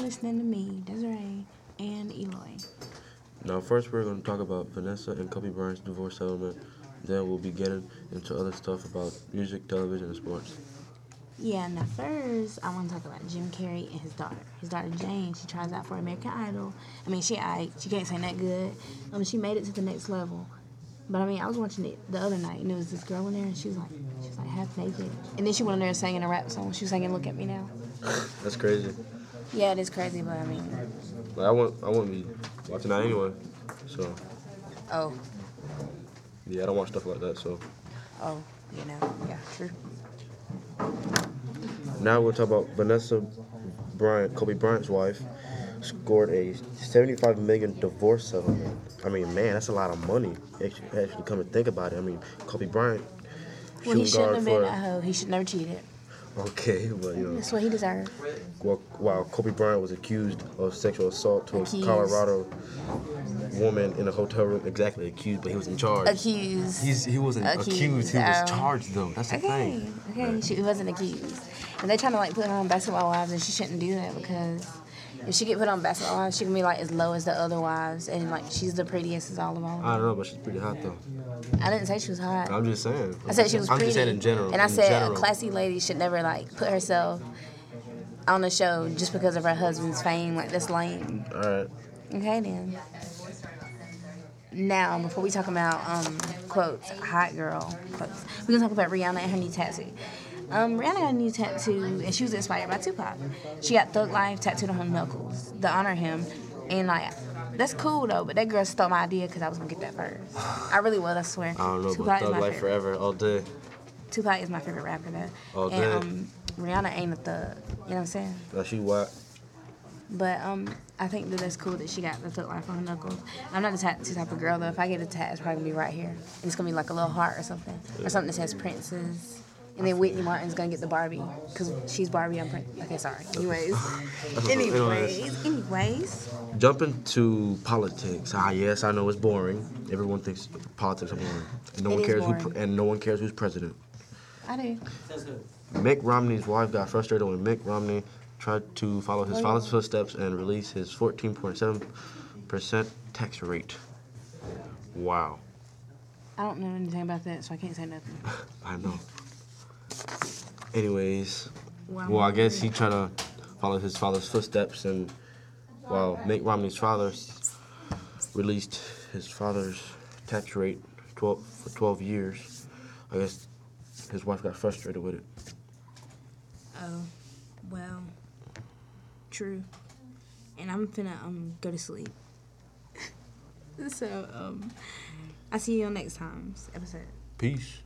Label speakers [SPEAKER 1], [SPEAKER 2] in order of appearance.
[SPEAKER 1] listening to me, Desiree, and Eloy.
[SPEAKER 2] Now, first, we're going to talk about Vanessa and Kobe Bryant's divorce settlement. Then we'll be getting into other stuff about music, television, and sports.
[SPEAKER 1] Yeah, now first, I want to talk about Jim Carrey and his daughter. His daughter Jane, she tries out for American Idol. I mean, she I, she can't sing that good. I mean, she made it to the next level. But I mean, I was watching it the other night, and there was this girl in there, and she was like, she was like half naked, and then she went in there and sang a rap song. She was singing "Look at Me Now."
[SPEAKER 2] That's crazy.
[SPEAKER 1] Yeah, it is crazy, but I mean,
[SPEAKER 2] Like, I won't, I won't be watching that anyway. So,
[SPEAKER 1] oh,
[SPEAKER 2] yeah, I don't watch stuff like that. So,
[SPEAKER 1] oh, you know, yeah, true.
[SPEAKER 2] now we'll talk about Vanessa Bryant, Kobe Bryant's wife, scored a 75 million divorce settlement. I mean, man, that's a lot of money. Actually, actually come and think about it. I mean, Kobe Bryant.
[SPEAKER 1] Well, he
[SPEAKER 2] shooting
[SPEAKER 1] shouldn't
[SPEAKER 2] guard
[SPEAKER 1] have been a hoe. He should never cheated.
[SPEAKER 2] for, okay, but you know.
[SPEAKER 1] That's what he deserved.
[SPEAKER 2] while, while Kobe Bryant was accused of sexual assault to a
[SPEAKER 1] Accused.
[SPEAKER 2] Colorado woman in a hotel room. Exactly, accused, but he was in charge.
[SPEAKER 1] Accused.
[SPEAKER 2] He's, he wasn't accused.
[SPEAKER 1] Accused,
[SPEAKER 2] He was
[SPEAKER 1] oh.
[SPEAKER 2] charged, though. That's the
[SPEAKER 1] Okay,
[SPEAKER 2] thing.
[SPEAKER 1] okay, she wasn't accused. And they trying to like put her on basketball wives, and she shouldn't do that because if she get put on basketball wives, she can be like as low as the other wives, and like she's the prettiest as all of them.
[SPEAKER 2] I don't know, but she's pretty hot, though.
[SPEAKER 1] I didn't say she was hot.
[SPEAKER 2] Uh, I'm just saying.
[SPEAKER 1] I said she was
[SPEAKER 2] I'm
[SPEAKER 1] pretty.
[SPEAKER 2] just saying in general.
[SPEAKER 1] And I
[SPEAKER 2] in
[SPEAKER 1] said
[SPEAKER 2] general.
[SPEAKER 1] a classy lady should never like put herself on a show just because of her husband's fame. Like that's lame.
[SPEAKER 2] All right.
[SPEAKER 1] Okay then. Now, before we talk about um, quotes, hot girl quotes, we're gonna talk about Rihanna and her new tattoo. Um, Rihanna got a new tattoo, and she was inspired by Tupac. She got Thug Life tattooed on her knuckles to honor him, and like that's cool though. But that girl stole my idea because I was gonna get that first. I really was, I swear.
[SPEAKER 2] I don't know,
[SPEAKER 1] Tupac
[SPEAKER 2] but
[SPEAKER 1] is
[SPEAKER 2] Thug
[SPEAKER 1] my
[SPEAKER 2] Life
[SPEAKER 1] favorite.
[SPEAKER 2] Forever, all day.
[SPEAKER 1] Tupac is my favorite rapper though,
[SPEAKER 2] All
[SPEAKER 1] and
[SPEAKER 2] day.
[SPEAKER 1] um, Rihanna ain't a thug. You know what I'm saying?
[SPEAKER 2] Like, she whack.
[SPEAKER 1] But um, I think that that's cool that she got the thug life on her knuckles. I'm not the tattoo type of girl though. If I get a tat, it's probably gonna be right here. And it's gonna be like a little heart or something, or something that says princess. And then Whitney Martin's gonna get the Barbie, cause she's Barbie. I'm Prin- okay. Sorry. Anyways, anyways, anyways.
[SPEAKER 2] Jump into politics. Ah, yes, I know it's boring. Everyone thinks politics are boring. And no
[SPEAKER 1] It
[SPEAKER 2] one
[SPEAKER 1] is
[SPEAKER 2] cares who,
[SPEAKER 1] boring.
[SPEAKER 2] pre- and no one cares who's president.
[SPEAKER 1] I do.
[SPEAKER 2] Mick Romney's wife got frustrated when Mick Romney tried to follow his father's footsteps and release his 14.7% tax rate. Wow.
[SPEAKER 1] I don't know anything about that, so I can't say nothing.
[SPEAKER 2] I know. Anyways,
[SPEAKER 1] Wow.
[SPEAKER 2] well, I guess he tried to follow his father's footsteps, and while Mick Romney's father s- released his father's tax rate 12, for 12 years, I guess his wife got frustrated with it.
[SPEAKER 1] Oh, well, true. And I'm finna um go to sleep. so um, I see you on next time's episode.
[SPEAKER 2] Peace.